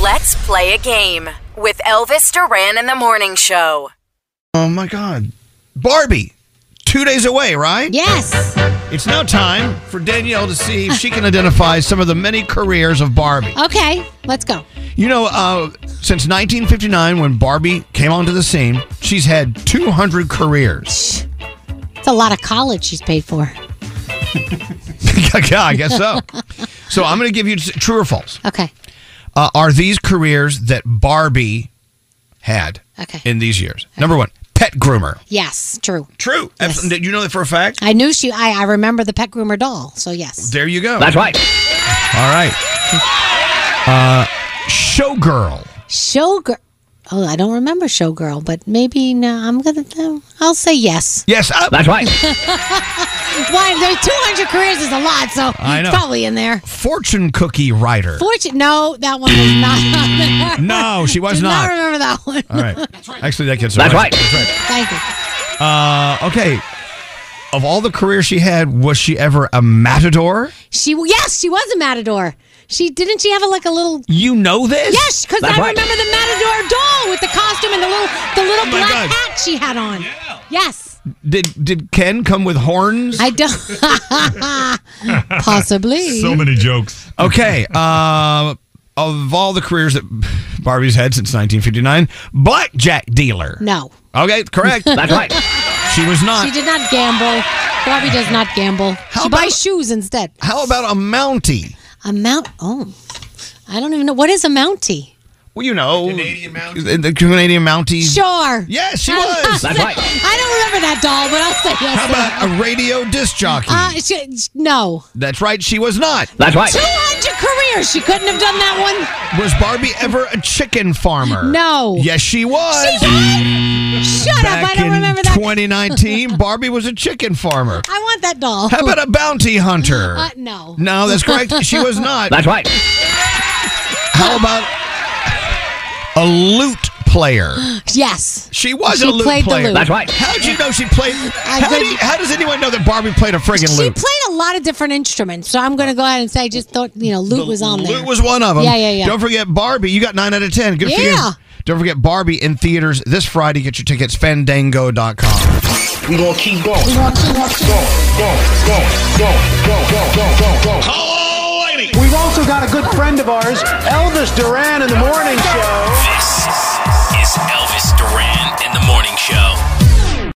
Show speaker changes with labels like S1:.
S1: Let's play a game with Elvis Duran in the morning show.
S2: Oh my God. Barbie, two days away, right?
S3: Yes.
S2: It's now time for Danielle to see if she can identify some of the many careers of Barbie.
S3: Okay, let's go.
S2: You know, uh, since 1959, when Barbie came onto the scene, she's had 200 careers.
S3: It's a lot of college she's paid for.
S2: yeah, I guess so. So I'm going to give you t- true or false.
S3: Okay.
S2: Uh, are these careers that Barbie had
S3: Okay.
S2: in these years? Number one, pet groomer.
S3: Yes, true.
S2: True. Abs- Did you know that for a fact?
S3: I knew she. I, I remember the pet groomer doll. So yes.
S2: There you go. That's right. All right. Uh, showgirl.
S3: Showgirl. Oh, I don't remember Showgirl, but maybe no. I'm gonna. no, I'll say yes.
S2: Yes, uh, that's right.
S3: Why? There 200 careers is a lot, so
S2: I know.
S3: it's probably in there.
S2: Fortune cookie writer.
S3: Fortune. No, that one was not. on there.
S2: No, she was
S3: Did
S2: not.
S3: not remember that one.
S2: All right. Actually, that kid's that's right. That's right.
S3: Thank you.
S2: Uh, okay. Of all the careers she had, was she ever a matador?
S3: She. Yes, she was a matador. She didn't. She have a, like a little
S2: You know this?
S3: Yes, because I remember the Matador doll with the costume and the little the little
S2: my
S3: black
S2: God.
S3: hat she had on. Yes,
S2: Did did Ken come with horns?
S3: I don't. Possibly.
S4: So many jokes.
S2: Okay. Uh, of all the careers that Barbie's had since 1959, blackjack dealer.
S3: no,
S2: Okay, correct. That's right. She was not.
S3: she did not gamble. Barbie does not gamble.
S2: How
S3: she
S2: about-
S3: buys shoes instead.
S2: How about a Mountie?
S3: A mount. Oh, I don't even know what is a Mountie.
S2: Well, you know, Canadian Mountie. The Canadian Mountie.
S3: Sure.
S2: Yes, she was.
S3: I don't remember that doll, but I'll say yes.
S2: How about a radio disc jockey?
S3: uh, she, sh- no.
S2: That's right, she was not.
S5: That's right.
S3: 200 careers. She couldn't have done that one.
S2: Was Barbie ever a chicken farmer?
S3: No.
S2: Yes, she was.
S3: She what? Shut up. I
S2: Uh, Back
S3: don't
S2: in
S3: remember that.
S2: 2019, Barbie was a chicken farmer.
S3: I want that doll.
S2: How about a bounty hunter?
S3: Uh, no.
S2: No, that's correct. She was not.
S5: That's right.
S2: How about a lute player?
S3: Yes.
S2: She was
S3: She
S2: a lute
S3: played the
S2: player.
S3: lute. That's
S5: right.
S2: How did you know she played? How,
S3: think-
S2: do you- how does anyone know that Barbie played a friggin'
S3: She
S2: lute?
S3: played a lot of different instruments, so I'm going to go ahead and say I just thought, you know, lute was on
S2: lute
S3: there.
S2: was one of them.
S3: Yeah, yeah, yeah.
S2: Don't forget Barbie. You got nine out of ten. Good for you.
S3: Yeah.
S2: Don't forget Barbie in theaters this Friday. Get your tickets fandango.com.
S6: We gonna keep going. We gonna keep going, going, going, going, going, going, going, going, going. Hello, lady.
S7: We've also got a good friend of ours, Elvis Duran in the morning show.
S8: This is Elvis Duran and the Morning Show.